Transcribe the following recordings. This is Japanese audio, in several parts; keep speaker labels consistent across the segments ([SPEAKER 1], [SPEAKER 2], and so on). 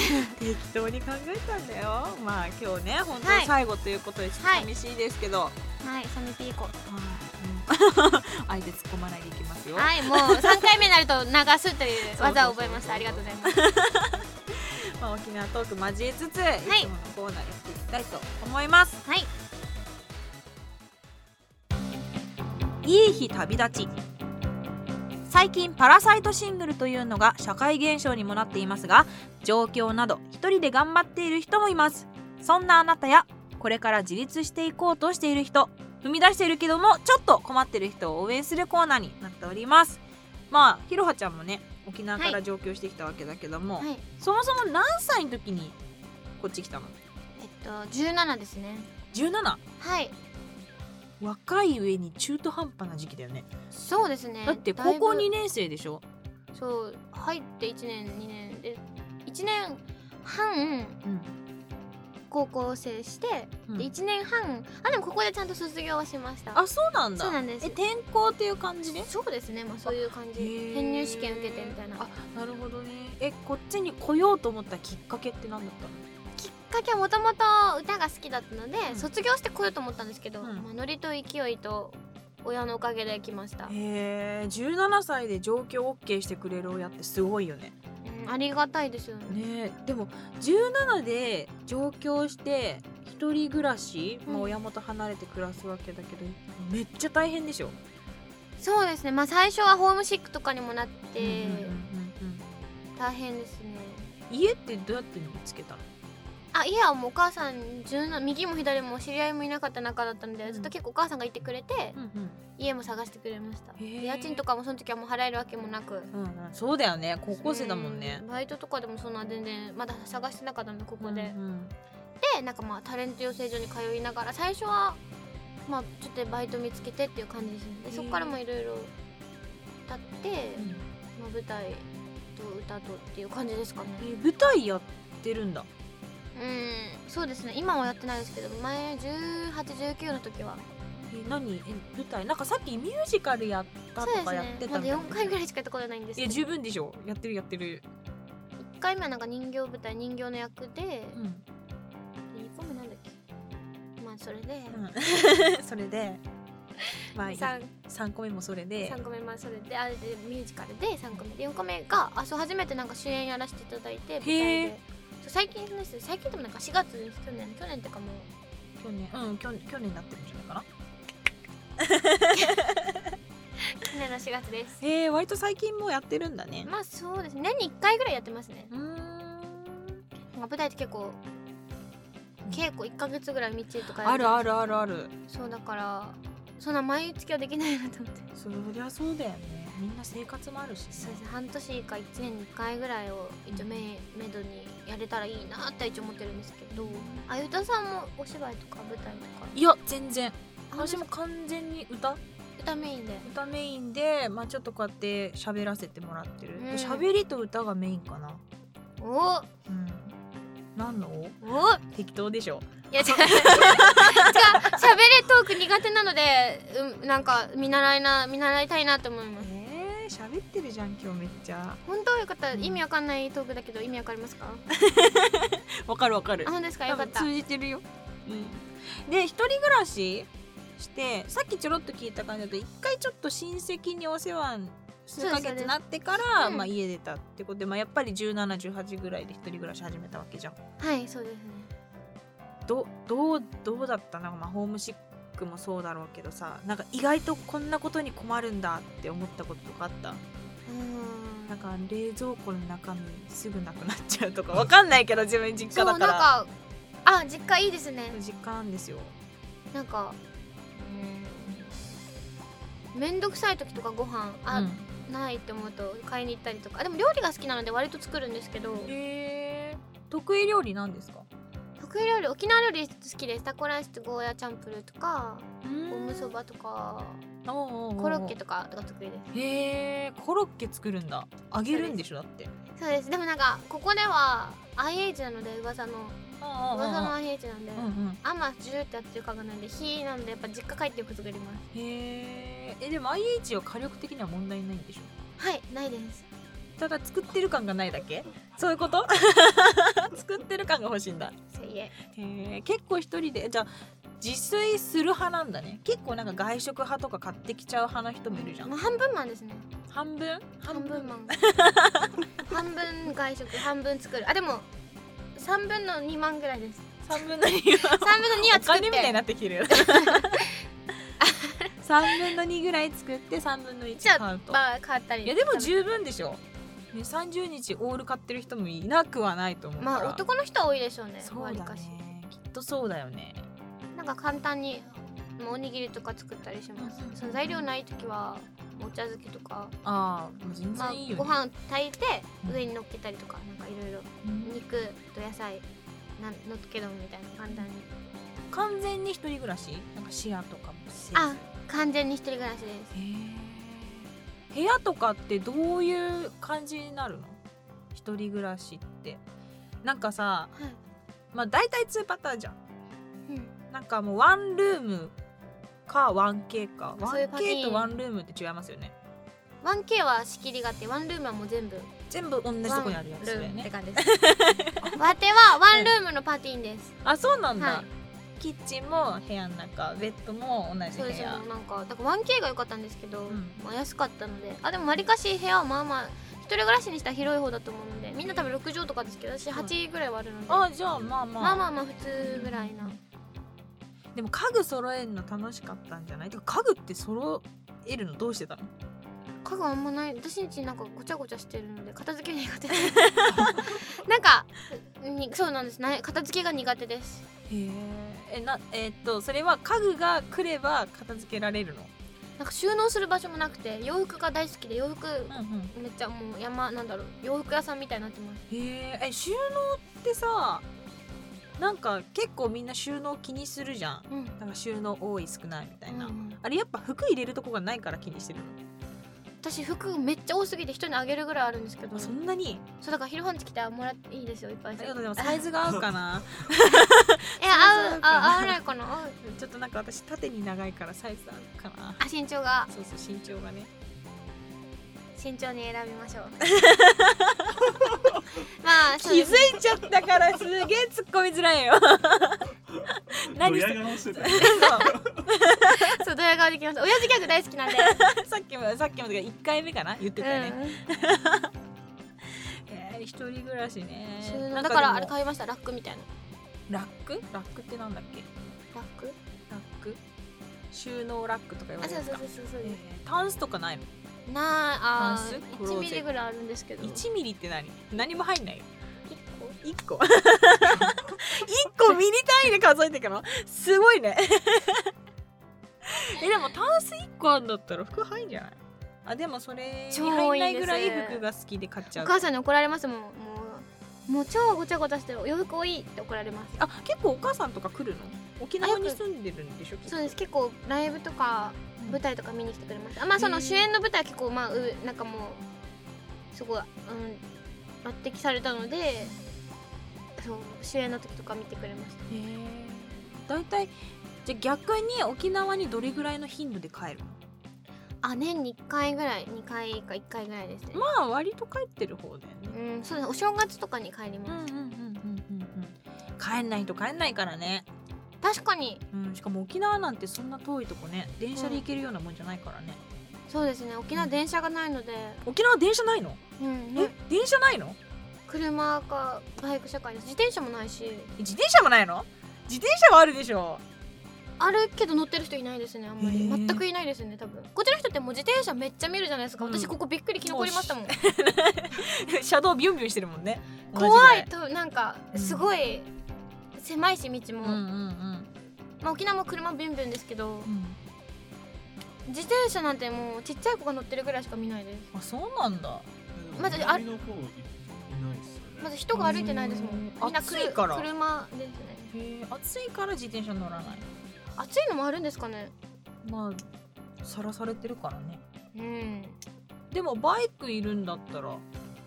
[SPEAKER 1] 適当に考えたんだよまあ今日ね本当
[SPEAKER 2] は
[SPEAKER 1] に
[SPEAKER 2] い
[SPEAKER 1] 最後ということでちょっと
[SPEAKER 2] はい
[SPEAKER 1] 寂しいですけど、
[SPEAKER 2] はいサミピーコ
[SPEAKER 1] うんあえて突っ込まないでいきますよ、
[SPEAKER 2] はいもう3回目になると流すと いう技を覚えましたありがとうございます
[SPEAKER 1] まあ、沖縄トーク交えつつ、い、つものコーナーやっていきたいと思います
[SPEAKER 2] はい
[SPEAKER 1] いい日旅立ち最近パラサイトシングルというのが社会現象にもなっていますが状況など一人で頑張っている人もいますそんなあなたやこれから自立していこうとしている人踏み出しているけどもちょっと困っている人を応援するコーナーになっておりますまあひろはちゃんもね沖縄から上京してきたわけだけども、
[SPEAKER 2] はい
[SPEAKER 1] そもそも何歳の時にこっち来たの
[SPEAKER 2] えっと17ですね
[SPEAKER 1] ?17
[SPEAKER 2] はい
[SPEAKER 1] 若い上に中途半端な時期だよね
[SPEAKER 2] そうですね
[SPEAKER 1] だって
[SPEAKER 2] だ
[SPEAKER 1] 高
[SPEAKER 2] いぶ
[SPEAKER 1] 校2年生でしょ
[SPEAKER 2] そう入って1年2年で1年半
[SPEAKER 1] うん
[SPEAKER 2] 高校生して、
[SPEAKER 1] うん
[SPEAKER 2] で1年半あでもここでちゃんと卒業はしました
[SPEAKER 1] あそうなんだ
[SPEAKER 2] そうなんです
[SPEAKER 1] え転校っていう感じで
[SPEAKER 2] そうですねまあそういう感じ
[SPEAKER 1] へー
[SPEAKER 2] 編入試験受けてみたいな
[SPEAKER 1] あなるほどねえこっちに来ようと思ったきっかけって何だった
[SPEAKER 2] きっかけはもともと歌が好きだったので、
[SPEAKER 1] うん
[SPEAKER 2] 卒業して来ようと思ったんですけど、
[SPEAKER 1] うん
[SPEAKER 2] まあ、ノリと勢いと親のおかげで来ました、
[SPEAKER 1] のへえ17歳で上京 OK してくれる親ってすごいよね
[SPEAKER 2] うんありがたいですよね
[SPEAKER 1] ねえでも17で上京して一人暮らし、まあ
[SPEAKER 2] うん
[SPEAKER 1] 親元離れて暮らすわけだけどめっちゃ大変でしょ、
[SPEAKER 2] そうですねまあ最初はホームシックとかにもなって、
[SPEAKER 1] うんうんうんうん
[SPEAKER 2] 大変ですね
[SPEAKER 1] 家ってどうやって見つけたの
[SPEAKER 2] あいやもうお母さん柔軟右も左も知り合いもいなかった中だったので、
[SPEAKER 1] うん
[SPEAKER 2] ずっと結構お母さんがいてくれて、
[SPEAKER 1] うん
[SPEAKER 2] 家も探してくれました
[SPEAKER 1] へー
[SPEAKER 2] で家賃とかもその時はもう払えるわけもなく
[SPEAKER 1] うん、うんうん、そうだよね高校生だもんね
[SPEAKER 2] う、バイトとかでもそんな全然まだ探してなかったのでここで、
[SPEAKER 1] うんうん
[SPEAKER 2] でなんかまあタレント養成所に通いながら最初はまあちょっとバイト見つけてっていう感じですねで
[SPEAKER 1] へー
[SPEAKER 2] そこからもいろいろ立って、
[SPEAKER 1] うん
[SPEAKER 2] まあ、舞台と歌とっていう感じですかね
[SPEAKER 1] え舞台やってるんだ
[SPEAKER 2] うんそうですね今はやってないですけど前1819の時は
[SPEAKER 1] え何え舞台なんかさっきミュージカルやった
[SPEAKER 2] そう
[SPEAKER 1] と
[SPEAKER 2] で
[SPEAKER 1] か
[SPEAKER 2] す
[SPEAKER 1] やっ
[SPEAKER 2] ね
[SPEAKER 1] てた
[SPEAKER 2] まだ
[SPEAKER 1] みたいな
[SPEAKER 2] 4回ぐらいしかやったことないんです
[SPEAKER 1] い
[SPEAKER 2] け
[SPEAKER 1] や
[SPEAKER 2] ど
[SPEAKER 1] 十分でしょやってるやってる
[SPEAKER 2] 1回目はなんか人形舞台人形の役でで
[SPEAKER 1] うん、
[SPEAKER 2] 2個目なんだっけまあそれで、
[SPEAKER 1] それでまあ
[SPEAKER 2] で
[SPEAKER 1] い
[SPEAKER 2] 三
[SPEAKER 1] 3個目もそれで
[SPEAKER 2] 3個目まあそれであれでミュージカルで3個目で4個目があそう初めてなんか主演やらせていただいて舞台
[SPEAKER 1] へー
[SPEAKER 2] でそう最近です最近でもなんか4月です去年去年ってかもう
[SPEAKER 1] 去年うん去去年になってるんじゃないかな
[SPEAKER 2] 去年の4月です
[SPEAKER 1] えー、割と最近もうやってるんだね。
[SPEAKER 2] まあそうです年に1回ぐらいやってますね
[SPEAKER 1] うーん。
[SPEAKER 2] まあ舞台って結構稽古1ヶ月ぐらいみっちりとかや
[SPEAKER 1] あるあるあるある。
[SPEAKER 2] そうだからそんな毎月はできないなと思って
[SPEAKER 1] そりゃそうだよね。みんな生活もあるし、ね。
[SPEAKER 2] そうですね半年か1年に1回ぐらいを一応めめどにやれたらいいなって一応思ってるんですけどあゆたさんもお芝居とか舞台とか
[SPEAKER 1] いや全然。
[SPEAKER 2] 私
[SPEAKER 1] 私
[SPEAKER 2] も
[SPEAKER 1] も完全に歌
[SPEAKER 2] 歌メインで
[SPEAKER 1] 歌メインで、まあ、ちょっとこうやって喋らせてもらってる
[SPEAKER 2] うん
[SPEAKER 1] で喋、りと歌がメインかな
[SPEAKER 2] おお
[SPEAKER 1] うん何の
[SPEAKER 2] お
[SPEAKER 1] 適当でしょ
[SPEAKER 2] いや違う 違う喋れトーク苦手なので、うん、なんか見習いな見習いたいなと思います
[SPEAKER 1] えー、喋ってるじゃん今日めっちゃ
[SPEAKER 2] 本当よかった意味わかんないトークだけど意味わかりますか
[SPEAKER 1] わかるわかる
[SPEAKER 2] あ本当ですか
[SPEAKER 1] 多
[SPEAKER 2] よかっ
[SPEAKER 1] 分
[SPEAKER 2] た
[SPEAKER 1] 通じてるよ、うん、で一人暮らししてさっきちょろっと聞いた感じだと一回ちょっと親戚にお世話に数ヶ
[SPEAKER 2] そうです
[SPEAKER 1] 月なってから、
[SPEAKER 2] うん
[SPEAKER 1] まあ、家出たってことで、まあ、やっぱり1718ぐらいで一人暮らし始めたわけじゃん
[SPEAKER 2] はいそうですね
[SPEAKER 1] どどうどうだったな、まあ、ホームシックもそうだろうけどさなんか意外とこんなことに困るんだって思ったこととかあった
[SPEAKER 2] うー
[SPEAKER 1] なん
[SPEAKER 2] ん
[SPEAKER 1] か冷蔵庫の中身すぐなくなっちゃうとかわかんないけど自分実
[SPEAKER 2] そ
[SPEAKER 1] 家
[SPEAKER 2] う
[SPEAKER 1] だか
[SPEAKER 2] なん
[SPEAKER 1] ら
[SPEAKER 2] かあ実家いいですね
[SPEAKER 1] 実家なんですよ
[SPEAKER 2] なんかうーんめんどくさい時とかご飯あ、
[SPEAKER 1] うん
[SPEAKER 2] ないって思うと買いに行ったりとかあでも料理が好きなので割と作るんですけど
[SPEAKER 1] えー、得意料理なんですか
[SPEAKER 2] 得意料理沖縄料理好きですタコライスとゴーヤチャンプルーとかおむそばとかコ
[SPEAKER 1] コ
[SPEAKER 2] ロッケとかとか得意です
[SPEAKER 1] へえー、コロッケ作るんだ揚げるんでしょだって
[SPEAKER 2] そうですでもなんかここでは IH なので噂の
[SPEAKER 1] あ
[SPEAKER 2] 噂の IH なんで、
[SPEAKER 1] うんうん
[SPEAKER 2] あんま10ってやってるかがないんで火なんでやっぱ実家帰ってよく作りま
[SPEAKER 1] へーえでも IH は火力的には問題ないんでしょ
[SPEAKER 2] すはいないです
[SPEAKER 1] ただ作ってる感がないだけそういうこと 作ってる感が欲しいんだ
[SPEAKER 2] そういえ
[SPEAKER 1] へー結構一人でじゃあ自炊する派なんだね結構なんか外食派とか買ってきちゃう派の人もいるじゃん
[SPEAKER 2] もう半分マンですね
[SPEAKER 1] 半分
[SPEAKER 2] 半分マン半分 外食半分作るあでも3分の2万ぐらいです
[SPEAKER 1] 3分の2は
[SPEAKER 2] 3分の2は
[SPEAKER 1] お
[SPEAKER 2] 作って
[SPEAKER 1] 金みたいになってきてるよ 3分の2ぐらい作って3分の
[SPEAKER 2] じ
[SPEAKER 1] 1
[SPEAKER 2] ゃあ
[SPEAKER 1] 買うと
[SPEAKER 2] まあ変わったり
[SPEAKER 1] いやでも十分でしょ、ね、30日オール買ってる人もいなくはないと思うから
[SPEAKER 2] まあ男の人は多いでしょうね
[SPEAKER 1] そう
[SPEAKER 2] 割
[SPEAKER 1] だ
[SPEAKER 2] かし
[SPEAKER 1] ねきっとそうだよね
[SPEAKER 2] なんか簡単にもうおにぎりとか作ったりします
[SPEAKER 1] うん
[SPEAKER 2] その材料ない時はお茶漬けとか、
[SPEAKER 1] ああもう全
[SPEAKER 2] まあ
[SPEAKER 1] 然いいよ、ね、
[SPEAKER 2] ご飯炊いて
[SPEAKER 1] うん
[SPEAKER 2] 上に乗っけたりとかなんかいろいろ
[SPEAKER 1] うん
[SPEAKER 2] 肉と野菜なん乗っけ丼みたいな簡単に
[SPEAKER 1] 完全に一人暮らしなんかシェアとかもせず
[SPEAKER 2] あ完全に一人暮らしです
[SPEAKER 1] へえ部屋とかってどういう感じになるの一人暮らしってなんかさ
[SPEAKER 2] はい、
[SPEAKER 1] まあ大体2パターンじゃん
[SPEAKER 2] うん、
[SPEAKER 1] なんかもうワンルームか 1K か
[SPEAKER 2] そういうパターン
[SPEAKER 1] 1K とワンルームって違いますよね
[SPEAKER 2] 1K は仕切りがあってワンルームはもう全部
[SPEAKER 1] 全部同じとこにあるやつだよ
[SPEAKER 2] ワンルーム
[SPEAKER 1] ね
[SPEAKER 2] って感じです わてはワンルームのパーティーンです、
[SPEAKER 1] あそうなんだ、
[SPEAKER 2] はい
[SPEAKER 1] キッチンも部屋の中ベッドも同じ
[SPEAKER 2] そう
[SPEAKER 1] 部
[SPEAKER 2] ですよ
[SPEAKER 1] 屋
[SPEAKER 2] なんかだから 1K が良かったんですけど、
[SPEAKER 1] ん
[SPEAKER 2] まあ、安かったのであでもわりかし部屋はまあまあ一人暮らしにしたら広い方だと思うのでみんな多分6畳とかですけど私8ぐらいはあるので、
[SPEAKER 1] あじゃあまあまあ
[SPEAKER 2] まあまあまあ普通ぐらいな、
[SPEAKER 1] でも家具揃えるの楽しかったんじゃないてか家具って揃えるのどうしてたの
[SPEAKER 2] 家具あんまない私んちなんかごちゃごちゃしてるので片付け苦 手ですなんかにそうなんですな片付けが苦手です
[SPEAKER 1] へええなえーっとそれは家具が来れば片付けられるの
[SPEAKER 2] なんか収納する場所もなくて洋服が大好きで洋服
[SPEAKER 1] うんうん
[SPEAKER 2] めっちゃもう山なんだろう洋服屋さんみたいになってます
[SPEAKER 1] へーえ収納ってさなんか結構みんな収納気にするじゃん
[SPEAKER 2] うん
[SPEAKER 1] なんか収納多い少ないみたいな、
[SPEAKER 2] うん
[SPEAKER 1] あれやっぱ服入れるとこがないから気にしてるの、
[SPEAKER 2] 私服めっちゃ多すぎて人にあげるぐらいあるんですけど
[SPEAKER 1] そ
[SPEAKER 2] そ
[SPEAKER 1] んなに
[SPEAKER 2] うだから昼飯来たらもらっていいですよいっぱい
[SPEAKER 1] ありがとうございますサイズが合うか な サイズ合うかな
[SPEAKER 2] え合うあ合わないかな合う
[SPEAKER 1] ちょっとなんか私縦に長いからサイズ合うかな
[SPEAKER 2] あ身長が
[SPEAKER 1] そうそう身長がね
[SPEAKER 2] 慎重に選びま しょうまあ
[SPEAKER 1] 気
[SPEAKER 2] そう
[SPEAKER 1] づ
[SPEAKER 2] で
[SPEAKER 1] い
[SPEAKER 2] すね
[SPEAKER 1] ちゃったからすげえ突っ込みづら いよ
[SPEAKER 3] ド
[SPEAKER 1] 何し
[SPEAKER 3] ヤ
[SPEAKER 1] て
[SPEAKER 3] 顔してた
[SPEAKER 2] そうドヤ顔できます親父ギャグ大好き なんで、
[SPEAKER 1] さっきもさっきも1回目かな言ってたよね、
[SPEAKER 2] うん
[SPEAKER 1] えー一人暮らしね
[SPEAKER 2] 収納
[SPEAKER 1] なん
[SPEAKER 2] だからあ
[SPEAKER 1] で
[SPEAKER 2] れ
[SPEAKER 1] も
[SPEAKER 2] 買いましたラックみたいな
[SPEAKER 1] ラックラックってなんだっけ
[SPEAKER 2] ラック
[SPEAKER 1] ラック収納ラックとか言わ
[SPEAKER 2] あ
[SPEAKER 1] れ
[SPEAKER 2] そう
[SPEAKER 1] るん
[SPEAKER 2] そう
[SPEAKER 1] です
[SPEAKER 2] そう
[SPEAKER 1] か
[SPEAKER 2] そうそう
[SPEAKER 1] え
[SPEAKER 2] で
[SPEAKER 1] ータンスとかないの
[SPEAKER 2] すなあ
[SPEAKER 1] タンスクロー
[SPEAKER 2] あ
[SPEAKER 1] ゼット
[SPEAKER 2] 1ミリぐらいあるんですけど
[SPEAKER 1] 1ミリって何何も入んないよ
[SPEAKER 2] 一個
[SPEAKER 1] 1個1個ミリ単位で数えていくのすごいね えでもタンス1個あんだったら服入んじゃないあでもそれに入んないぐらい
[SPEAKER 2] 超いいです
[SPEAKER 1] 服が好きで買っちゃ
[SPEAKER 2] お
[SPEAKER 1] う
[SPEAKER 2] 母さんに怒られますもんもうもう超ごちゃごちゃしてるお洋服多いって怒られます
[SPEAKER 1] あ結構お母さんとか来るの沖縄に住んでるんでしょ
[SPEAKER 2] そうです結構ライブとか
[SPEAKER 1] うん
[SPEAKER 2] 舞台とか見に来てくれますあまあそ
[SPEAKER 1] へ
[SPEAKER 2] の
[SPEAKER 1] ー
[SPEAKER 2] 主演の舞台は結構まあうなんかもうすごい、うん、抜擢されたのでそう主演の時とか見てくれました
[SPEAKER 1] へえ大体じゃあ逆に沖縄にどれぐらいの頻度で帰るの
[SPEAKER 2] あ年に1回ぐらい2回か1回ぐらいですね、
[SPEAKER 1] まあ割と帰ってる方だよね
[SPEAKER 2] うんそうですお正月とかに帰り
[SPEAKER 1] うんうんう
[SPEAKER 2] ま
[SPEAKER 1] ん
[SPEAKER 2] す、
[SPEAKER 1] うんうんうん帰んないと帰んないからね、
[SPEAKER 2] 確かに
[SPEAKER 1] うん、しかも沖縄なんてそんな遠いとこね電車で行けるようなもんじゃないからね、
[SPEAKER 2] そうですね沖縄電車がないので、
[SPEAKER 1] 沖縄電車ないの
[SPEAKER 2] うん
[SPEAKER 1] え
[SPEAKER 2] ね、
[SPEAKER 1] 電車ないの
[SPEAKER 2] 車かバイク社会です自転車もないし
[SPEAKER 1] 自転車もないの自転車はあるでしょ
[SPEAKER 2] あるけど乗ってる人いないですねあんま
[SPEAKER 1] へ
[SPEAKER 2] り
[SPEAKER 1] ー
[SPEAKER 2] 全くいないですね多分こっちの人ってもう自転車めっちゃ見るじゃないですか、
[SPEAKER 1] うん
[SPEAKER 2] 私ここびっくりき残りましたもん
[SPEAKER 1] 車道ビュンビュンしてるもんね
[SPEAKER 2] 怖いとなんか
[SPEAKER 1] うん
[SPEAKER 2] すごい狭いし道も、
[SPEAKER 1] うんうんうん
[SPEAKER 2] まあ、沖縄も車ビュンビュンですけど
[SPEAKER 1] うん
[SPEAKER 2] 自転車なんてもうちっちゃい子が乗ってるぐらいしか見ないです
[SPEAKER 1] あそうなんだ
[SPEAKER 2] ま
[SPEAKER 3] ま
[SPEAKER 2] ず
[SPEAKER 3] ず
[SPEAKER 2] あ
[SPEAKER 3] あの方いいないですよね。
[SPEAKER 2] まず人が歩いてないですも
[SPEAKER 1] うんん
[SPEAKER 2] みんな
[SPEAKER 1] 暑いから
[SPEAKER 2] 車ですね
[SPEAKER 1] へえ暑いから自転車乗らない
[SPEAKER 2] 暑いのもあるんですかね
[SPEAKER 1] まあさらされてるからね
[SPEAKER 2] うん
[SPEAKER 1] でもバイクいるんだったら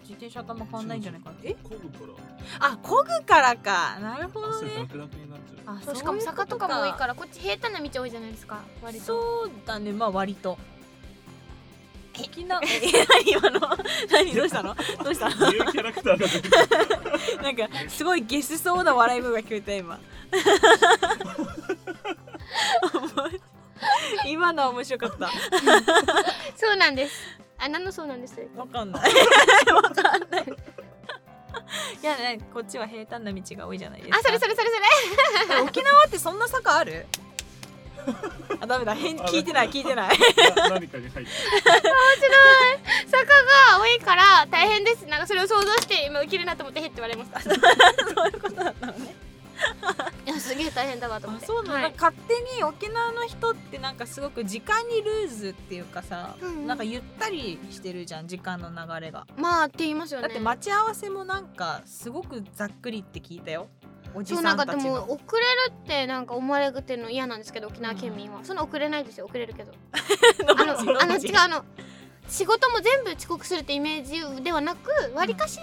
[SPEAKER 1] 自転車頭変わんないんじゃないかなえ
[SPEAKER 3] こぐから
[SPEAKER 1] あ漕ぐからかなるほど
[SPEAKER 3] 汗だ
[SPEAKER 1] ね
[SPEAKER 3] くだくになっちゃう。
[SPEAKER 1] あ
[SPEAKER 2] そうしかも坂とかも多いかららこっち平坦な道多いじゃないですか割と
[SPEAKER 1] そうだねまあ割と沖縄え何今の何どうしたのどうしたの
[SPEAKER 3] 自由キャラクターが出てく
[SPEAKER 1] なんかすごいゲスそうな笑い声が聞こえた 今今のは面白かった
[SPEAKER 2] そうなんですあ何のそうなんです
[SPEAKER 1] わかんない。 わかんない。いや、ね、こっちは平坦な道が多いじゃないですか。
[SPEAKER 2] あそれそれそれそ
[SPEAKER 1] え
[SPEAKER 2] れ
[SPEAKER 1] 沖縄ってそんな坂あ る。あ、ダメだ、変、聞いてない、聞いてない。
[SPEAKER 3] るな何かに入って
[SPEAKER 2] 坂が多いから大変ですなんかそれを想像して今受けるなと思ってへって言われました い
[SPEAKER 1] そういうことだったの ね。
[SPEAKER 2] やすげえ大変だわと思
[SPEAKER 1] あ
[SPEAKER 2] っ、て
[SPEAKER 1] そうなんだ、
[SPEAKER 2] はい
[SPEAKER 1] 勝手に沖縄の人って、なんかすごく時間にルーズっていうかさ。
[SPEAKER 2] うんうん
[SPEAKER 1] なんかゆったりしてるじゃん、時間の流れが。
[SPEAKER 2] まあって言いますよ
[SPEAKER 1] だ
[SPEAKER 2] ね
[SPEAKER 1] って、待ち合わせもなんか、すごくざっくりって聞いたよ。おじ
[SPEAKER 2] そう
[SPEAKER 1] さ
[SPEAKER 2] なん
[SPEAKER 1] ん
[SPEAKER 2] か
[SPEAKER 1] た
[SPEAKER 2] で
[SPEAKER 1] ち
[SPEAKER 2] も
[SPEAKER 1] の。
[SPEAKER 2] 遅れるってなんか思われてるの嫌なんですけど沖縄県民は、そんな遅れないですよ遅れる けどあのあの違うあの仕事も全部遅刻するってイメージではなくわりかし、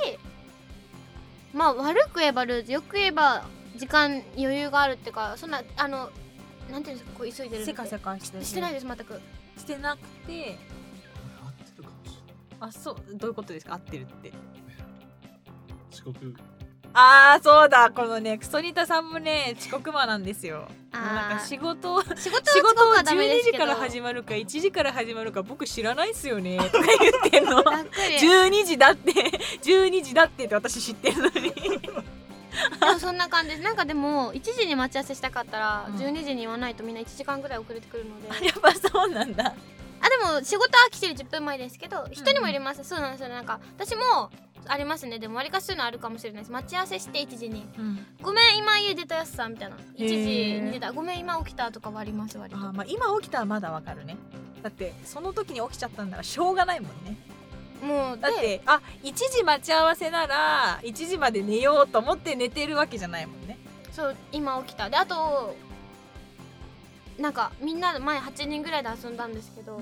[SPEAKER 2] まあ悪く言えばルーズよく言えば時間余裕があるっていうかそんなあのなんていうんですかこう急いでるのって
[SPEAKER 1] せかせかしてる
[SPEAKER 2] してないです全く
[SPEAKER 1] してなくて
[SPEAKER 3] 合ってるかもしれない。
[SPEAKER 1] あそうどういうことですか合ってるって
[SPEAKER 3] 遅刻。
[SPEAKER 1] ああそうだこのねクソニタさんもね遅刻魔なんですよ
[SPEAKER 2] あー
[SPEAKER 1] なんか仕事 を仕
[SPEAKER 2] 仕事は
[SPEAKER 1] 事を
[SPEAKER 2] 遅刻はダメで
[SPEAKER 1] 12
[SPEAKER 2] すけ
[SPEAKER 1] 時
[SPEAKER 2] ど
[SPEAKER 1] から始まるか1時から始まるか僕知らないっすよねとか言ってんの
[SPEAKER 2] ざっくり
[SPEAKER 1] 12時だって12時だってって私知ってるのに
[SPEAKER 2] でもそんな感じですなんかでも1時に待ち合わせしたかったら
[SPEAKER 1] うん
[SPEAKER 2] 12時に言わないとみんな1時間ぐらい遅れてくるので、あで
[SPEAKER 1] やっぱそうなんだ
[SPEAKER 2] も仕事は来てる10分前ですけど人にもよります、そうなんですよなんか私もありますねでも割りかしそういうのあるかもしれないです待ち合わせして1時に
[SPEAKER 1] うん
[SPEAKER 2] 「ごめん今家出たやつさん」みたいな1
[SPEAKER 1] へ
[SPEAKER 2] 時
[SPEAKER 1] ー
[SPEAKER 2] に出た「ごめん今起きた」とかはあります割
[SPEAKER 1] あ
[SPEAKER 2] と
[SPEAKER 1] ーまあ今起きたらまだわかるねだってその時に起きちゃったんならしょうがないもんね
[SPEAKER 2] もう
[SPEAKER 1] だっ
[SPEAKER 2] で
[SPEAKER 1] てあ1時待ち合わせなら1時まで寝ようと思って寝てるわけじゃないもんね
[SPEAKER 2] そう今起きたであとなんかみんな前8人ぐらいで遊んだんですけど、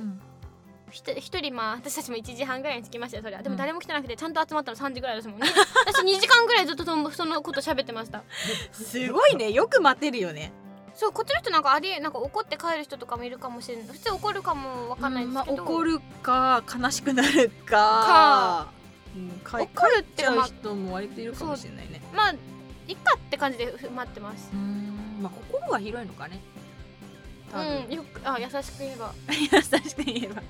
[SPEAKER 2] ひと一人まあ私たちも1時半ぐらいに着きましたよそれはでも誰も来てなくてちゃんと集まったの3時ぐらいですもんね 私2時間ぐらいずっとそのそのこと喋ってました
[SPEAKER 1] すごいねよく待てるよね
[SPEAKER 2] そうこっちの人なんかありえなんか怒って帰る人とかもいるかもしれない普通怒るかもわかんないですけど、
[SPEAKER 1] まあ、怒るか悲しくなるか
[SPEAKER 2] か
[SPEAKER 1] うんか
[SPEAKER 2] 怒るっ
[SPEAKER 1] 帰
[SPEAKER 2] て
[SPEAKER 1] っちゃ
[SPEAKER 2] ま
[SPEAKER 1] う
[SPEAKER 2] あ
[SPEAKER 1] 人も割といるかもしれないね
[SPEAKER 2] まあいっかって感じでふ待ってます
[SPEAKER 1] うんまあ心が広いのかね多分、
[SPEAKER 2] うんよくあ優しく言えば
[SPEAKER 1] 優しく言えばい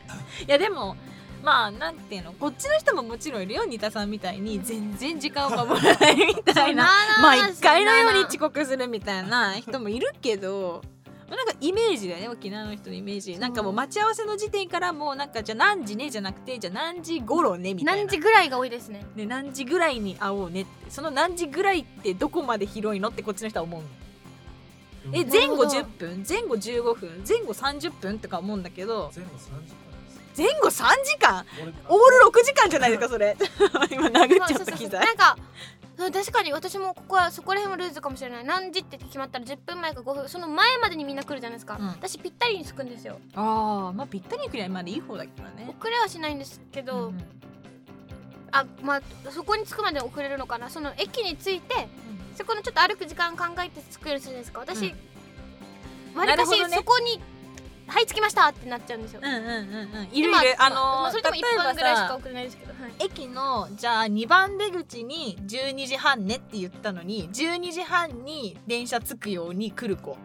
[SPEAKER 1] やでもまあなんていうのこっちの人ももちろんいるよ仁田さんみたいに全然時間を守らないみたいな
[SPEAKER 2] なあなあ
[SPEAKER 1] 毎回のように
[SPEAKER 2] なあなあ
[SPEAKER 1] 遅刻するみたいな人もいるけどまあなんかイメージだよね沖縄の人のイメージなんかもう待ち合わせの時点からもうなんかじゃあ何時ねじゃなくてじゃあ何時頃ねみたいな
[SPEAKER 2] 何時ぐらいが多いです ね
[SPEAKER 1] ね、何時ぐらいに会おうねってその何時ぐらいってどこまで広いのってこっちの人は思うのえ
[SPEAKER 2] な
[SPEAKER 1] 前
[SPEAKER 2] るほ
[SPEAKER 1] 後
[SPEAKER 2] ど
[SPEAKER 1] 10分前後15分前後30分とか思うんだけど
[SPEAKER 3] 全部三時間です。
[SPEAKER 1] 前後3時間
[SPEAKER 3] 俺
[SPEAKER 1] オール6時間じゃないですかそれ 今殴っちゃった
[SPEAKER 2] そうそうそう
[SPEAKER 1] 機
[SPEAKER 2] そう
[SPEAKER 1] 材
[SPEAKER 2] なんかうん確かに私もここはそこら辺はルーズかもしれない何時って決まったら10分前か5分その前までにみんな来るじゃないですか、
[SPEAKER 1] うん
[SPEAKER 2] 私ぴったりに着くんですよ
[SPEAKER 1] ああまあぴったりくらいまでいい方だからね
[SPEAKER 2] 遅れはしないんですけど、
[SPEAKER 1] うん
[SPEAKER 2] あまあそこに着くまで遅れるのかなその駅に着いてそこのちょっと歩く時間考えて着くようにするんですか私
[SPEAKER 1] う
[SPEAKER 2] わり、
[SPEAKER 1] なる
[SPEAKER 2] か
[SPEAKER 1] ほど
[SPEAKER 2] し
[SPEAKER 1] ね
[SPEAKER 2] そこに「はい着きました」ってなっちゃうんですよ、
[SPEAKER 1] うんうんうんうんいるい
[SPEAKER 2] で
[SPEAKER 1] る
[SPEAKER 2] ま
[SPEAKER 1] あ
[SPEAKER 2] ま
[SPEAKER 1] の
[SPEAKER 2] あそれでも
[SPEAKER 1] ー
[SPEAKER 2] 1
[SPEAKER 1] 例
[SPEAKER 2] 分
[SPEAKER 1] えば
[SPEAKER 2] ぐらいしか
[SPEAKER 1] さ
[SPEAKER 2] 遅れないですけど、はい
[SPEAKER 1] 駅のじゃあ2番出口に12時半ねって言ったのに12時半に電車着くように来る子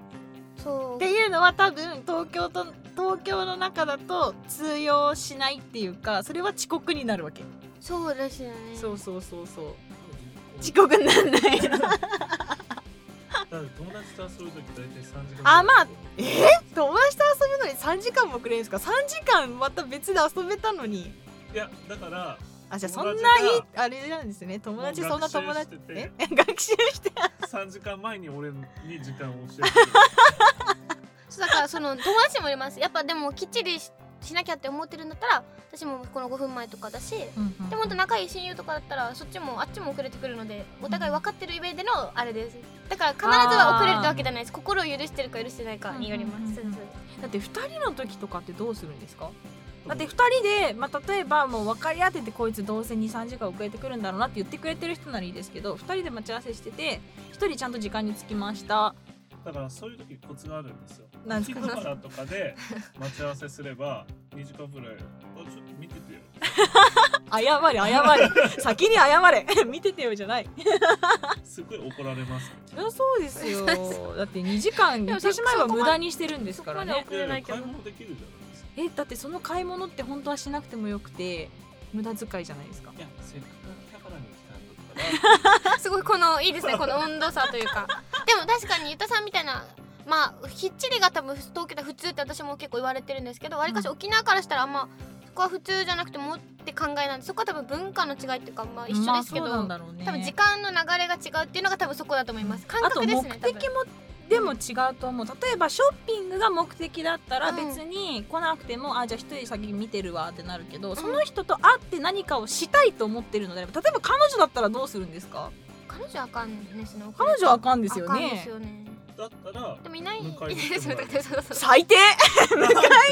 [SPEAKER 2] そ
[SPEAKER 1] っ
[SPEAKER 2] う
[SPEAKER 1] ていうのは多分東京と東京の中だと通用しないっていうかそれは遅刻になるわけ、
[SPEAKER 2] そうですよね
[SPEAKER 1] そうそうそうそう
[SPEAKER 3] なん
[SPEAKER 1] 遅刻になんない
[SPEAKER 3] だって友達と遊ぶとき大体三時間。
[SPEAKER 1] あまあえ友達と遊ぶのに3時間もくれるんですか3時間また別で遊べたのに
[SPEAKER 3] いやだから
[SPEAKER 1] あじゃあそんな
[SPEAKER 3] 友達
[SPEAKER 1] い
[SPEAKER 3] が
[SPEAKER 1] あれなんですね友達そんな友達
[SPEAKER 3] もう学習して
[SPEAKER 1] え
[SPEAKER 3] て
[SPEAKER 1] 学習して
[SPEAKER 3] 三時間前に俺に時間を教えて。
[SPEAKER 2] そうだからその友達もいますやっぱでもきっちりししなきゃって思ってるんだったら私もこの5分前とかだしでも本当仲いい親友とかだったらそっちもあっちも遅れてくるのでお互い分かってる上でのあれですだから必ずは遅れるってわけじゃないです心を許してるか許してないかによります、
[SPEAKER 1] うんうんうん
[SPEAKER 2] そう
[SPEAKER 1] だって2人の時とかってどうするんですかだって2人で、まあ、例えばもう分かり合っててこいつどうせ23時間遅れてくるんだろうなって言ってくれてる人ならいいですけど2人で待ち合わせしてて1人ちゃんと時間に着きました
[SPEAKER 3] だからそういう時コツがあるんですよ。
[SPEAKER 1] なんです
[SPEAKER 3] 昼
[SPEAKER 1] か
[SPEAKER 3] からとかで待ち合わせすれば2時間ぐらい。あちょっと見ててよ。
[SPEAKER 1] 謝れ謝 れ先に謝れ見ててよじゃない
[SPEAKER 3] すごい怒られます。
[SPEAKER 1] そりゃそうです よだって2時間言
[SPEAKER 2] も
[SPEAKER 1] っ
[SPEAKER 2] そ
[SPEAKER 1] てしまえば
[SPEAKER 2] そこま
[SPEAKER 1] 無
[SPEAKER 2] で
[SPEAKER 1] 駄にしてるんですから
[SPEAKER 2] そこま
[SPEAKER 1] ね
[SPEAKER 2] で送れないけど
[SPEAKER 3] やや買い物できるじゃないですか。
[SPEAKER 1] えだってその買い物って本当はしなくてもよくて無駄遣いじゃないですか
[SPEAKER 3] いやせっかく宝に
[SPEAKER 2] そ
[SPEAKER 3] 来たんだか
[SPEAKER 2] うすごいこのいいですねこの温度差とい うかでも確かにゆたさんみたいなまあきっちりが多分東京で普通って私も結構言われてるんですけどわりかし沖縄からしたらあんまそこは普通じゃなくてもって考えなんでそこは多分文化の違いっていうかまあ一緒ですけど、
[SPEAKER 1] まあそうなんだろうね
[SPEAKER 2] 多分時間の流れが違うっていうのが多分そこだと思います感
[SPEAKER 1] あと
[SPEAKER 2] 覚で
[SPEAKER 1] 目
[SPEAKER 2] すね多分
[SPEAKER 1] 的もでも違うと思う例えばショッピングが目的だったら
[SPEAKER 2] うん
[SPEAKER 1] 別に来なくても、あじゃあ一人先見てるわってなるけど、その人と会って何かをしたいと思ってるのであれば例えば彼女だったらどうするんですか
[SPEAKER 2] 彼女はあかんですね
[SPEAKER 1] 彼女はあかんで
[SPEAKER 2] です
[SPEAKER 1] よ
[SPEAKER 2] あかんで
[SPEAKER 1] ね
[SPEAKER 2] すよね
[SPEAKER 3] ら。だったら
[SPEAKER 2] でもいない
[SPEAKER 3] 迎え
[SPEAKER 2] い
[SPEAKER 3] に
[SPEAKER 2] ないで
[SPEAKER 3] 来て
[SPEAKER 2] す
[SPEAKER 3] も
[SPEAKER 2] よ
[SPEAKER 3] ら
[SPEAKER 2] だ
[SPEAKER 3] う
[SPEAKER 2] から そうそうそう
[SPEAKER 1] 最低 迎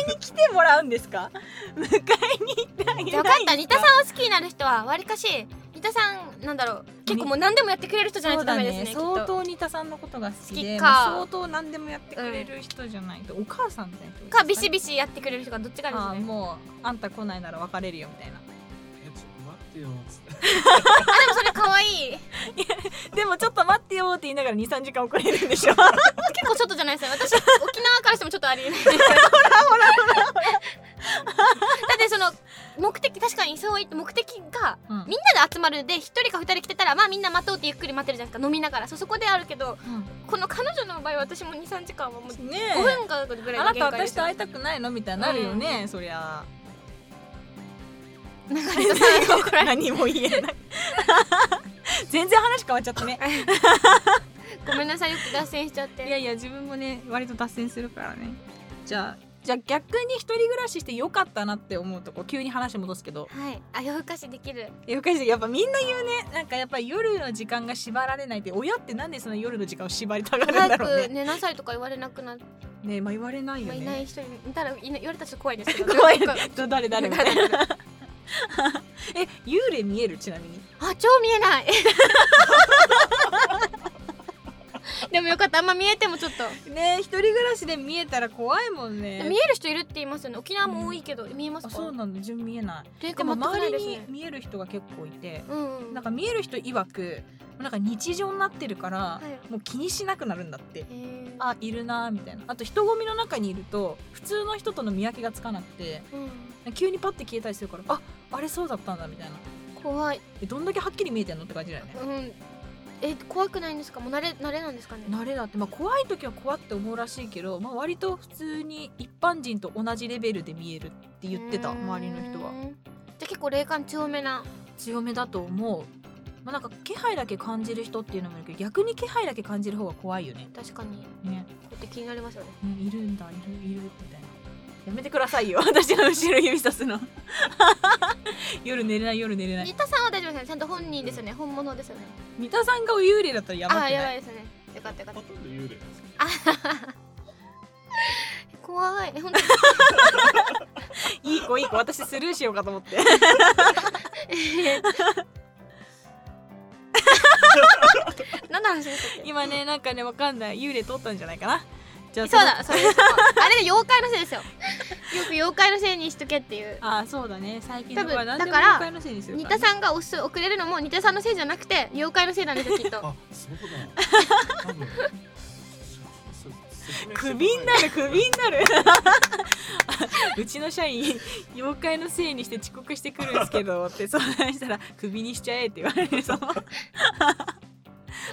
[SPEAKER 1] えに来てもらうんですか迎えに行ってあげないんです
[SPEAKER 2] 分かった仁田さんを好きになる人はわりかし仁田さんなんだろう結構もう何でもやってくれる人じゃない
[SPEAKER 1] そう
[SPEAKER 2] とダ
[SPEAKER 1] だ
[SPEAKER 2] メですね
[SPEAKER 1] ね
[SPEAKER 2] きっと
[SPEAKER 1] 相当仁田さんのことが好きで
[SPEAKER 2] 好きか
[SPEAKER 1] もう相当何でもやってくれる人じゃないと、お母さんみたいな人
[SPEAKER 2] かビシ
[SPEAKER 1] ビ
[SPEAKER 2] ビシやってくれる人がどっちかです
[SPEAKER 1] あ
[SPEAKER 2] ね
[SPEAKER 1] もうあんた来ないなら別れるよみたいな
[SPEAKER 3] えちょっと待ってよつって。
[SPEAKER 2] あでもそれ 可愛い
[SPEAKER 1] でもちょっと待ってよって言いながら23時間遅れるんでしょ
[SPEAKER 2] 結構ちょっとじゃないですね私沖縄からしてもちょっとありえない ほらほらほらだってその目的確かにそういって目的が
[SPEAKER 1] うん
[SPEAKER 2] みんなで集まるで1人か2人来てたらまあみんな待とうってゆっくり待ってるじゃないですか飲みながらそうそこであるけどこの彼女の場合は私も23時間はもう
[SPEAKER 1] ね
[SPEAKER 2] 5分かぐ
[SPEAKER 1] え
[SPEAKER 2] ら
[SPEAKER 1] あ
[SPEAKER 2] いの
[SPEAKER 1] なた
[SPEAKER 2] 限界で
[SPEAKER 1] 私
[SPEAKER 2] す
[SPEAKER 1] と会いたくないのみたいになるよね、そりゃ
[SPEAKER 2] なんか人さんが怒られる
[SPEAKER 1] 何も言えない 全然話変わっちゃったね
[SPEAKER 2] ごめんなさいよく脱線しちゃっ て
[SPEAKER 1] いやいや自分もね割と脱線するからねじゃあじゃあ逆に一人暮らししてよかったなって思うとこ急に話戻すけど
[SPEAKER 2] はいあ夜更かしできる
[SPEAKER 1] 夜更かしやっぱみんな言うねなんかやっぱり夜の時間が縛られないって親ってなんでその夜の時間を縛りたがるんだ
[SPEAKER 2] 早
[SPEAKER 1] ろう
[SPEAKER 2] く
[SPEAKER 1] ね
[SPEAKER 2] 寝なさいとか言われなくなって
[SPEAKER 1] ねえまあ言われないよ
[SPEAKER 2] まあ、
[SPEAKER 1] ね
[SPEAKER 2] いない人にいたらいな言われたらちょっと怖いですけ ど
[SPEAKER 1] 怖い
[SPEAKER 2] なんか
[SPEAKER 1] と誰誰みたいなえ幽霊見えるちなみに
[SPEAKER 2] あ超見えない でもよかったあんま見えてもちょっと、
[SPEAKER 1] ねえ一人暮らしで見えたら怖いもんね
[SPEAKER 2] 見える人いるって言いますよね沖縄も多いけど、見えます
[SPEAKER 1] あ
[SPEAKER 2] か
[SPEAKER 1] そうなんだ自分見えない
[SPEAKER 2] ていう
[SPEAKER 1] で
[SPEAKER 2] か
[SPEAKER 1] も
[SPEAKER 2] 全くな
[SPEAKER 1] 周り
[SPEAKER 2] いです
[SPEAKER 1] に
[SPEAKER 2] ね
[SPEAKER 1] 見える人が結構いて
[SPEAKER 2] うんうん
[SPEAKER 1] なんか見える人曰くなんか日常になってるから、
[SPEAKER 2] い
[SPEAKER 1] もう気にしなくなるんだって
[SPEAKER 2] へー
[SPEAKER 1] あいるなーみたいなあと人混みの中にいると普通の人との見分けがつかなくて
[SPEAKER 2] うん
[SPEAKER 1] 急にパッて消えたりするからああれそうだったんだみたいな
[SPEAKER 2] 怖い
[SPEAKER 1] えどんだけはっきり見えてんのって感じだよね
[SPEAKER 2] うんえ怖くないんですかもう慣れ慣れなんですかね
[SPEAKER 1] 慣れだって、まあ、怖い時は怖って思うらしいけど、まあ、割と普通に一般人と同じレベルで見えるって言ってた
[SPEAKER 2] うーん
[SPEAKER 1] 周りの人は
[SPEAKER 2] じゃあ結構霊感強めな
[SPEAKER 1] 強めだと思う、まあ、なんか気配だけ感じる人っていうのもいるけど逆に気配だけ感じる方が怖いよね
[SPEAKER 2] 確かにこ
[SPEAKER 1] ね
[SPEAKER 2] うやって気になりますよね
[SPEAKER 1] ねいるんだいるいるみたいなやめてくださいよ 私の後ろ指さすの 夜寝れない夜寝れない
[SPEAKER 2] 新田さんは大丈夫ですよねちゃんと本人ですよね本物ですよね
[SPEAKER 1] 三田さんが幽霊だったらやば
[SPEAKER 2] あ
[SPEAKER 1] くな
[SPEAKER 2] あ
[SPEAKER 1] い
[SPEAKER 2] やばいですねよかったよかっ
[SPEAKER 3] ほ
[SPEAKER 2] た
[SPEAKER 3] とんど幽霊です
[SPEAKER 2] 怖い え本当に
[SPEAKER 1] いい子いい子私スルーしようかと思って
[SPEAKER 2] 何の話でしたっけ
[SPEAKER 1] 今ねなんかねわかんない幽霊通ったんじゃないかなじゃあ
[SPEAKER 2] そうだそうですあれで妖怪のせいですよよく妖怪のせいにしとけっていう
[SPEAKER 1] ああそうだね最近
[SPEAKER 2] 多分
[SPEAKER 1] のは何でも
[SPEAKER 2] だから
[SPEAKER 1] 妖怪のせいにする
[SPEAKER 2] 新
[SPEAKER 1] から
[SPEAKER 2] 田
[SPEAKER 1] ね
[SPEAKER 2] さんが遅遅れるのも新田さんのせいじゃなくて妖怪のせいなんですよきっと
[SPEAKER 3] あそうだ多分そそ説明して
[SPEAKER 1] クビになるクビになる うちの社員妖怪のせいにして遅刻してくるんですけどって相談したらクビにしちゃえって言われる その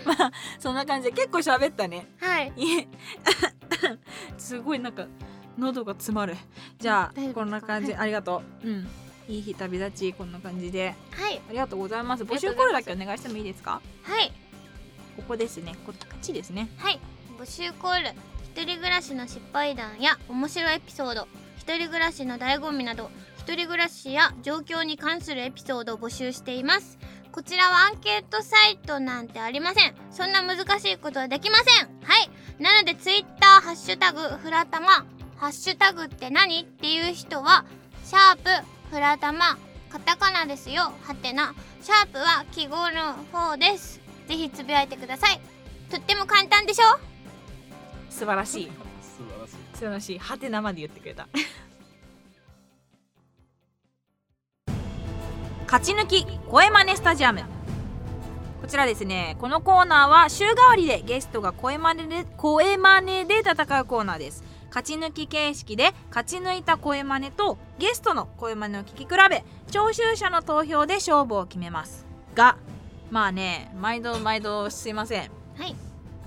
[SPEAKER 1] まあそんな感じで結構喋ったね
[SPEAKER 2] はい
[SPEAKER 1] いえ すごいなんか喉が詰まるじゃ
[SPEAKER 2] 大丈夫です
[SPEAKER 1] あ
[SPEAKER 2] か
[SPEAKER 1] こんな感じ
[SPEAKER 2] は
[SPEAKER 1] ありがとううんいい日旅立ちこんな感じで
[SPEAKER 2] はい
[SPEAKER 1] ありがとうございます
[SPEAKER 2] り
[SPEAKER 1] 募
[SPEAKER 2] がと
[SPEAKER 1] 集
[SPEAKER 2] う
[SPEAKER 1] コ
[SPEAKER 2] ご
[SPEAKER 1] ー
[SPEAKER 2] ざ
[SPEAKER 1] ルだけ
[SPEAKER 2] います
[SPEAKER 1] お願いしてもいいですか
[SPEAKER 2] はい
[SPEAKER 1] ここですねこっちですね
[SPEAKER 2] はい募集コール一人暮らしの失敗談や面白いエピソード一人暮らしの醍醐味など一人暮らしや状況に関するエピソードを募集していますこちらはアンケートサイトなんてありませんそんな難しいことはできませんはいなのでツイッターハッシュタグフラタマハッシュタグって何っていう人はシャープフラタマカタカナですよはてなシャープは記号の方ですぜひつぶやいてくださいとっても簡単でしょ
[SPEAKER 1] 素晴らしい
[SPEAKER 3] 素晴らしい
[SPEAKER 1] 素晴らしいハテナまで言ってくれた勝ち抜き声真似スタジアムこちらですねこのコーナーは週替わりでゲストが声真似で声真似で戦うコーナーです勝ち抜き形式で勝ち抜いた声真似とゲストの声真似を聞き比べ聴衆者の投票で勝負を決めますがまあね毎度毎度すいません
[SPEAKER 2] はい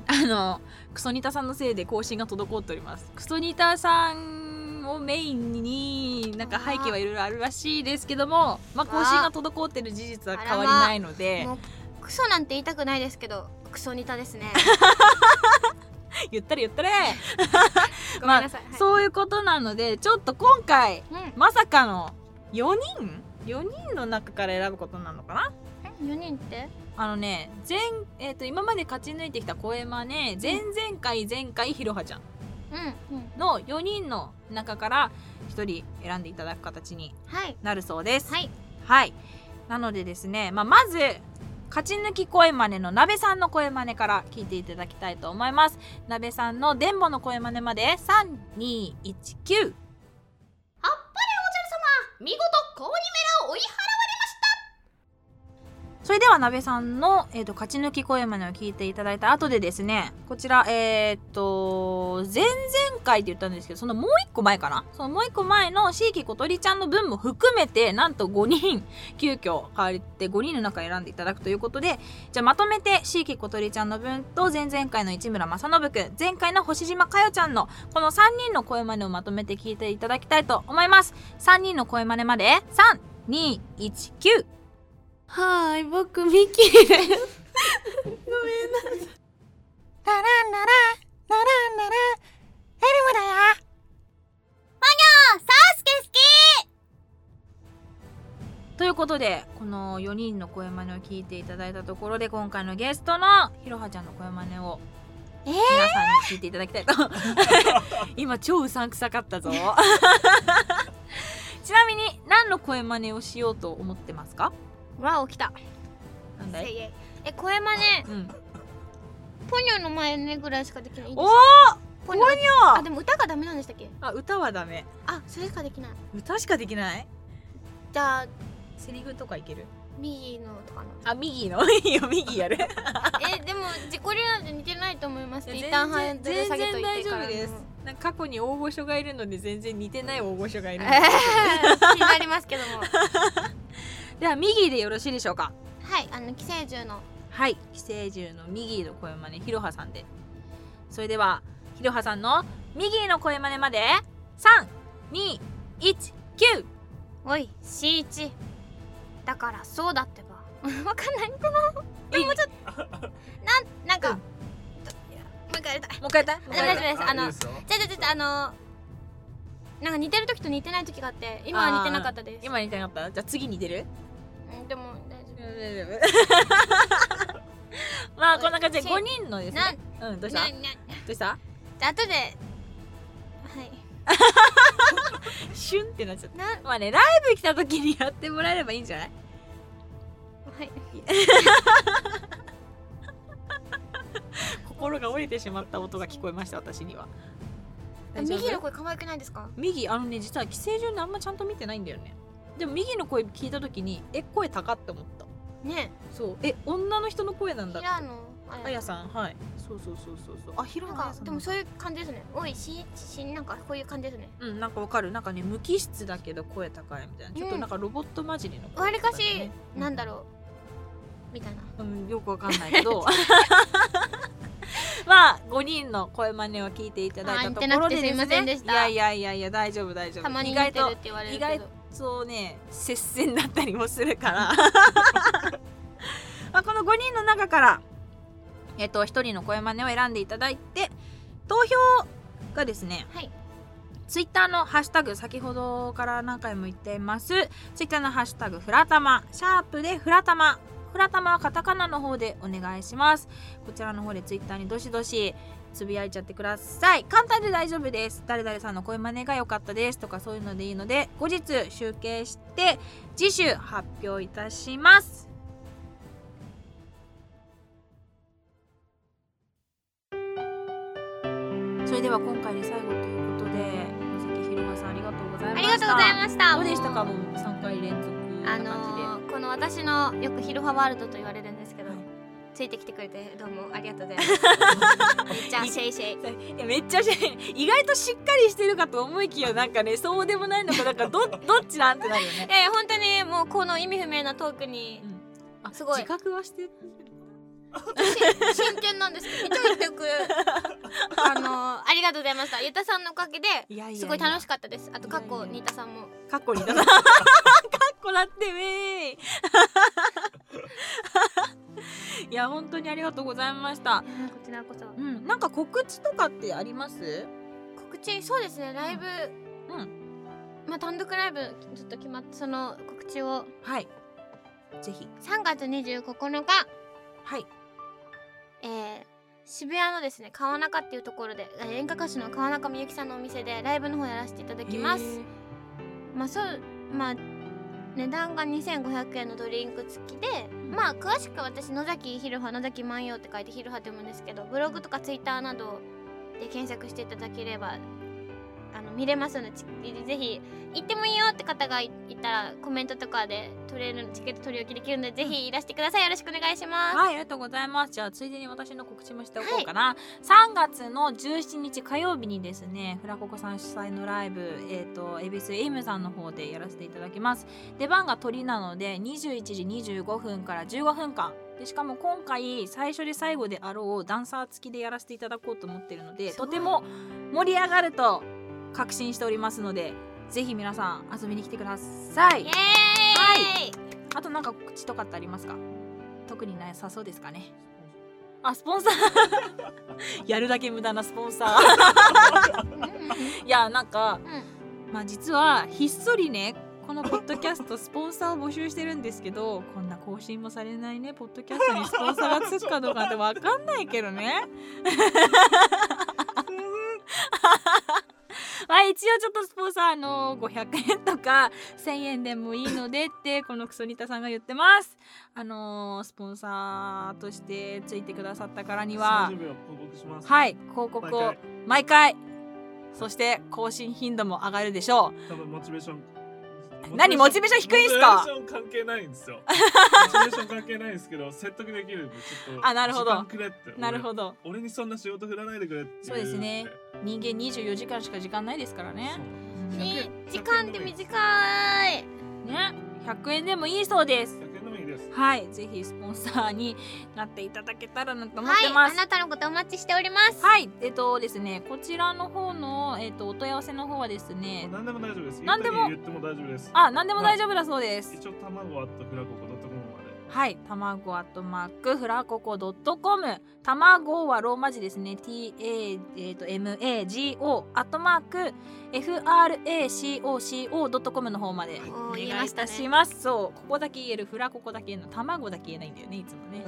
[SPEAKER 1] あのクソニタさんのせいで更新が滞っておりますクソニタさんをメインになんか背景はいろいろあるらしいですけどもまあ更新が滞ってる事実は変わりないので
[SPEAKER 2] もうクソなんて言いたくないですけどクソニタで すね
[SPEAKER 1] 言ったれ言ったれ
[SPEAKER 2] ごめ
[SPEAKER 1] ま
[SPEAKER 2] んな
[SPEAKER 1] あ
[SPEAKER 2] さい、はい
[SPEAKER 1] そういうことなのでちょっと今回
[SPEAKER 2] うん
[SPEAKER 1] まさかの4人4人の中から選ぶことなのかな
[SPEAKER 2] 4人って
[SPEAKER 1] あのね前、えー、と今まで勝ち抜いてきた声真似前々回前回ひろはちゃん
[SPEAKER 2] うん、うん、
[SPEAKER 1] の4人の中から1人選んでいただく形に
[SPEAKER 2] はい
[SPEAKER 1] なるそうです。
[SPEAKER 2] はい
[SPEAKER 1] はいなのでですね、まあ、まず勝ち抜き声真似の鍋さんの声真似から聞いていただきたいと思います。鍋さんの電ボの声真似ま
[SPEAKER 4] あっ
[SPEAKER 1] で3219
[SPEAKER 4] ぱれおじゃる様見事コウニメラを追い払わ
[SPEAKER 1] それでは鍋さんの、えー、と勝ち抜き声真似を聞いていただいた後でですねこちらえっ、と前々回って言ったんですけどそのもう一個前かなそのもう一個前の椎木小鳥ちゃんの分も含めてなんと5人急遽変わって5人の中選んでいただくということでじゃあまとめて椎木小鳥ちゃんの分と前々回の市村正信くん前回の星島かよちゃんのこの3人の声真似をまとめて聞いていただきたいと思います3人の声真似まで3219
[SPEAKER 4] はーい僕ミキです
[SPEAKER 2] ラランラララランララエルムだよマニョサウスケ好
[SPEAKER 1] ということでこの4人の声真似を聞いていただいたところで今回のゲストのひろはちゃんの声真似を
[SPEAKER 2] えー
[SPEAKER 1] 皆さんに聞いていただきたいと、今超うさんくさかったぞちなみに何の声真似をしようと思ってますか
[SPEAKER 2] きわお来た
[SPEAKER 1] なんだ
[SPEAKER 2] せ
[SPEAKER 1] い
[SPEAKER 2] いえいえ声真似
[SPEAKER 1] うん、
[SPEAKER 2] ポニョの前ねぐらいしかできないいいで
[SPEAKER 1] お
[SPEAKER 2] す
[SPEAKER 1] お
[SPEAKER 2] ポニョあ
[SPEAKER 1] あ
[SPEAKER 2] でも歌がダメなんでしたっけ
[SPEAKER 1] あ歌はダメ
[SPEAKER 2] あそれしかできない
[SPEAKER 1] 歌しかできない
[SPEAKER 2] じゃあ
[SPEAKER 1] セリフとかいける
[SPEAKER 2] 右の とかの
[SPEAKER 1] あ右のいいよ右 やる
[SPEAKER 2] えでも自己流なんて似てないと思います
[SPEAKER 1] いや
[SPEAKER 2] 一旦ハンドル
[SPEAKER 1] 全
[SPEAKER 2] 下げ
[SPEAKER 1] 然
[SPEAKER 2] とい
[SPEAKER 1] 大
[SPEAKER 2] て
[SPEAKER 1] 丈
[SPEAKER 2] から
[SPEAKER 1] 夫です
[SPEAKER 2] うん
[SPEAKER 1] なんか過去に大御所がいるので全然似てない大御所がいるので
[SPEAKER 2] 気に なりますけどもは
[SPEAKER 1] では右でよろしいでしょうか
[SPEAKER 2] いあの寄生獣の
[SPEAKER 1] はい寄生獣のミギーの声真似ひろはさんでそれではひろはさんのミギーの声真似まで3219
[SPEAKER 2] おい C1 だからそうだってば わかんな いなんなんか、
[SPEAKER 1] うん
[SPEAKER 2] もう一回やりたい
[SPEAKER 1] もう一回や ったもう一回やっ
[SPEAKER 2] 大丈
[SPEAKER 1] た
[SPEAKER 2] 夫ですあの
[SPEAKER 3] いいですよ
[SPEAKER 2] じゃあじゃあじゃあじゃああのなんか似てる時と似てない時があって今は似てなかったです
[SPEAKER 1] 今似てなかったじゃあ次似てる
[SPEAKER 2] うんでも大丈
[SPEAKER 1] まあこんな感じで5人のです
[SPEAKER 2] 夫な
[SPEAKER 1] ねうんどうした
[SPEAKER 2] な
[SPEAKER 1] ど
[SPEAKER 2] な
[SPEAKER 1] うした
[SPEAKER 2] あとではい
[SPEAKER 1] シュンってなっちゃっ
[SPEAKER 2] なは
[SPEAKER 1] たまあねライブ来た時にやってもらえればいいんじゃない
[SPEAKER 2] い
[SPEAKER 1] 心が折れてしまった音が聞こえました私には大丈夫
[SPEAKER 2] 右の声可愛くないですか
[SPEAKER 1] 右あのね実は寄生獣にあんまちゃんと見てないんだよねでも右の声聞いた時にえ声高って思った
[SPEAKER 2] ね
[SPEAKER 1] そうえ女の人の声なんだ
[SPEAKER 2] 平野あ
[SPEAKER 1] あ
[SPEAKER 2] れ
[SPEAKER 1] やさんはいそうそうそうそうそうあひろ
[SPEAKER 2] なん
[SPEAKER 1] は
[SPEAKER 2] か
[SPEAKER 1] さん
[SPEAKER 2] でもそういう感じですねおいししなんかこういう感じですね
[SPEAKER 1] うんなんかわかるなんかね無機質だけど声高いみたいなちょっとなんかロボット混じりの
[SPEAKER 2] わ
[SPEAKER 1] 声
[SPEAKER 2] り
[SPEAKER 1] と
[SPEAKER 2] か
[SPEAKER 1] だ
[SPEAKER 2] し
[SPEAKER 1] よね、
[SPEAKER 2] なんだろうみたいな
[SPEAKER 1] うん、よくわかんないけ ど まあ5人の声真似を聞いていただいたところでですね
[SPEAKER 2] あ似てなくてすいませんでした
[SPEAKER 1] いやいやいやいや大丈夫大丈夫
[SPEAKER 2] たまに
[SPEAKER 1] 意
[SPEAKER 2] 似
[SPEAKER 1] 外
[SPEAKER 2] てる
[SPEAKER 1] と
[SPEAKER 2] って言われる
[SPEAKER 1] 意
[SPEAKER 2] けど
[SPEAKER 1] 外そうね接戦だったりもするから まあこの5人の中から、えっと、1人の声真似を選んでいただいて投票がですね、
[SPEAKER 2] はい
[SPEAKER 1] ツイッターのハッシュタグ先ほどから何回も言っていますツイッターのハッシュタグフラタマシャープでフラタマフラタマはカタカナの方でお願いしますこちらの方でツイッターにどしどしつぶやいちゃってください簡単で大丈夫です誰々さんの声真似が良かったですとかそういうのでいいので後日集計して次週発表いたしますそれでは今回で最後ということで野崎ひろはさんありがとうござい
[SPEAKER 2] あ
[SPEAKER 1] ま
[SPEAKER 2] り
[SPEAKER 1] した
[SPEAKER 2] がとうございました
[SPEAKER 1] どうでしたかもう3回連続な
[SPEAKER 2] あ
[SPEAKER 1] 感じで、
[SPEAKER 2] のーこの私のよく「ヒロハワールド」と言われるんですけど、
[SPEAKER 1] はい
[SPEAKER 2] ついてきてくれてどうもありがとうございますめ っちゃシェイシェイ
[SPEAKER 1] いやめっちゃし意外としっかりしてるかと思いきやなんかねそうでもないのかなんかどどっちなんてなるよね。
[SPEAKER 2] え本当にもうこの意味不明なトークに
[SPEAKER 1] あ
[SPEAKER 2] すごい
[SPEAKER 1] 自覚はして
[SPEAKER 2] 真剣なんですけどいつも言ってくあのーありがとうございましたゆたさんのおかげで
[SPEAKER 1] いやいや
[SPEAKER 2] すごい楽し
[SPEAKER 1] く
[SPEAKER 2] かったですあと
[SPEAKER 1] いや
[SPEAKER 2] 過
[SPEAKER 1] いや
[SPEAKER 2] 去新田さんも
[SPEAKER 1] かっこにだなかっこなってめーい いや本当にありがとうございました
[SPEAKER 2] こ。ちらこそ
[SPEAKER 1] うんなんか告知とかってあります？
[SPEAKER 2] 告知そうですねライブ、
[SPEAKER 1] うん
[SPEAKER 2] まあ、単独ライブちょっと決まってその告知を
[SPEAKER 1] はいぜひ
[SPEAKER 2] 3月29日、
[SPEAKER 1] はい
[SPEAKER 2] えー渋谷のですね川中っていうところでえー演歌歌手の川中美幸さんのお店でライブの方やらせていただきます、まあそうまあ値段が2500円のドリンク付きでまあ詳しくは私野崎ひろは野崎万葉って書いてひろはって読むんですけどブログとかツイッターなどで検索していただければあの見れますのでちぜひ行ってもいいよって方がいいたらコメントとかで取れるチケット取り置きできるのでぜひいらしてくださいよろしくお願いします、
[SPEAKER 1] はい、ありがとうございます。じゃあ、ついでに私の告知もしておこうかな。3月の17日火曜日にですね、フラココさん主催のライブ、えっ、と、恵比寿エイムさんの方でやらせていただきます。出番が鳥なので、21時25分から15分間。でしかも今回最初で最後であろうダンサー付きでやらせていただこうと思ってるのです
[SPEAKER 2] ご
[SPEAKER 1] と
[SPEAKER 2] い
[SPEAKER 1] ても盛り上がると確信しておりますのでぜひ皆さん遊びに来てください
[SPEAKER 2] イエーイ、
[SPEAKER 1] あとなんか告知とかってありますか特になさそうですかねあスポンサー やるだけ無駄なスポンサー いやなんか
[SPEAKER 2] うんうん
[SPEAKER 1] まあ実はひっそりねこのポッドキャストスポンサーを募集してるんですけどこんな更新もされないねポッドキャストにスポンサーがつくかどうかってわかんないけどね まあ一応ちょっとスポンサーあの500円とか1000円でもいいのでってこのクソニタさんが言ってますあのスポンサーとしてついてくださったからには
[SPEAKER 3] 30秒報告します
[SPEAKER 1] はい広告
[SPEAKER 3] 毎
[SPEAKER 1] を
[SPEAKER 3] 回
[SPEAKER 1] 毎回そして更新頻度も上がるでしょ
[SPEAKER 3] 多分モチベーション
[SPEAKER 1] 何モチベーション低いんすか
[SPEAKER 3] モチベーション関係ないんですよモチベーション関係ないんですけど説得できるんでちょっと
[SPEAKER 1] あなるほど
[SPEAKER 3] 時間くれって
[SPEAKER 1] うなるほ
[SPEAKER 3] ど
[SPEAKER 1] ど
[SPEAKER 3] 俺にそんな仕事振らないでくれってい
[SPEAKER 1] そうですね人間24時間しか時間ないですからね
[SPEAKER 3] そう
[SPEAKER 2] に時間って短い
[SPEAKER 1] ね100円でもいいそうです
[SPEAKER 3] 100円のみ入れです。
[SPEAKER 1] はいぜひスポンサーになっていただけたらなと思っ
[SPEAKER 2] はい
[SPEAKER 1] てま
[SPEAKER 2] あ
[SPEAKER 1] す。
[SPEAKER 2] なたのことお待ちしております
[SPEAKER 1] はい、えっとですね、こちらの方の、えっと、お問い合わせの方はですね、
[SPEAKER 3] 何でも大丈夫です。
[SPEAKER 1] 何でも
[SPEAKER 3] 言っても大丈夫です。
[SPEAKER 1] あ、何でも大丈夫だそうです。
[SPEAKER 3] 一応卵あったフラココドットコムまで。
[SPEAKER 1] はい、卵アットマークフラココドットコム、卵はローマ字ですね、T A えっと M A G O アットマーク F R A C O C O ドットコムの方まで
[SPEAKER 2] おー
[SPEAKER 1] お願い
[SPEAKER 2] 言
[SPEAKER 1] い
[SPEAKER 2] えました
[SPEAKER 1] た
[SPEAKER 2] ね
[SPEAKER 1] します。そう、ここだけ言えるフラココだけ言えるの、卵だけ言えないんだよね、いつも ね。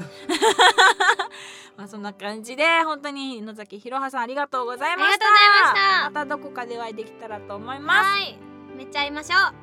[SPEAKER 1] まあそんな感じで本当に野崎ひろはさんありがとうございました。
[SPEAKER 2] ありがとうございました
[SPEAKER 1] またどこかでお会いできたらと思います。
[SPEAKER 2] はいめっちゃ会いましょう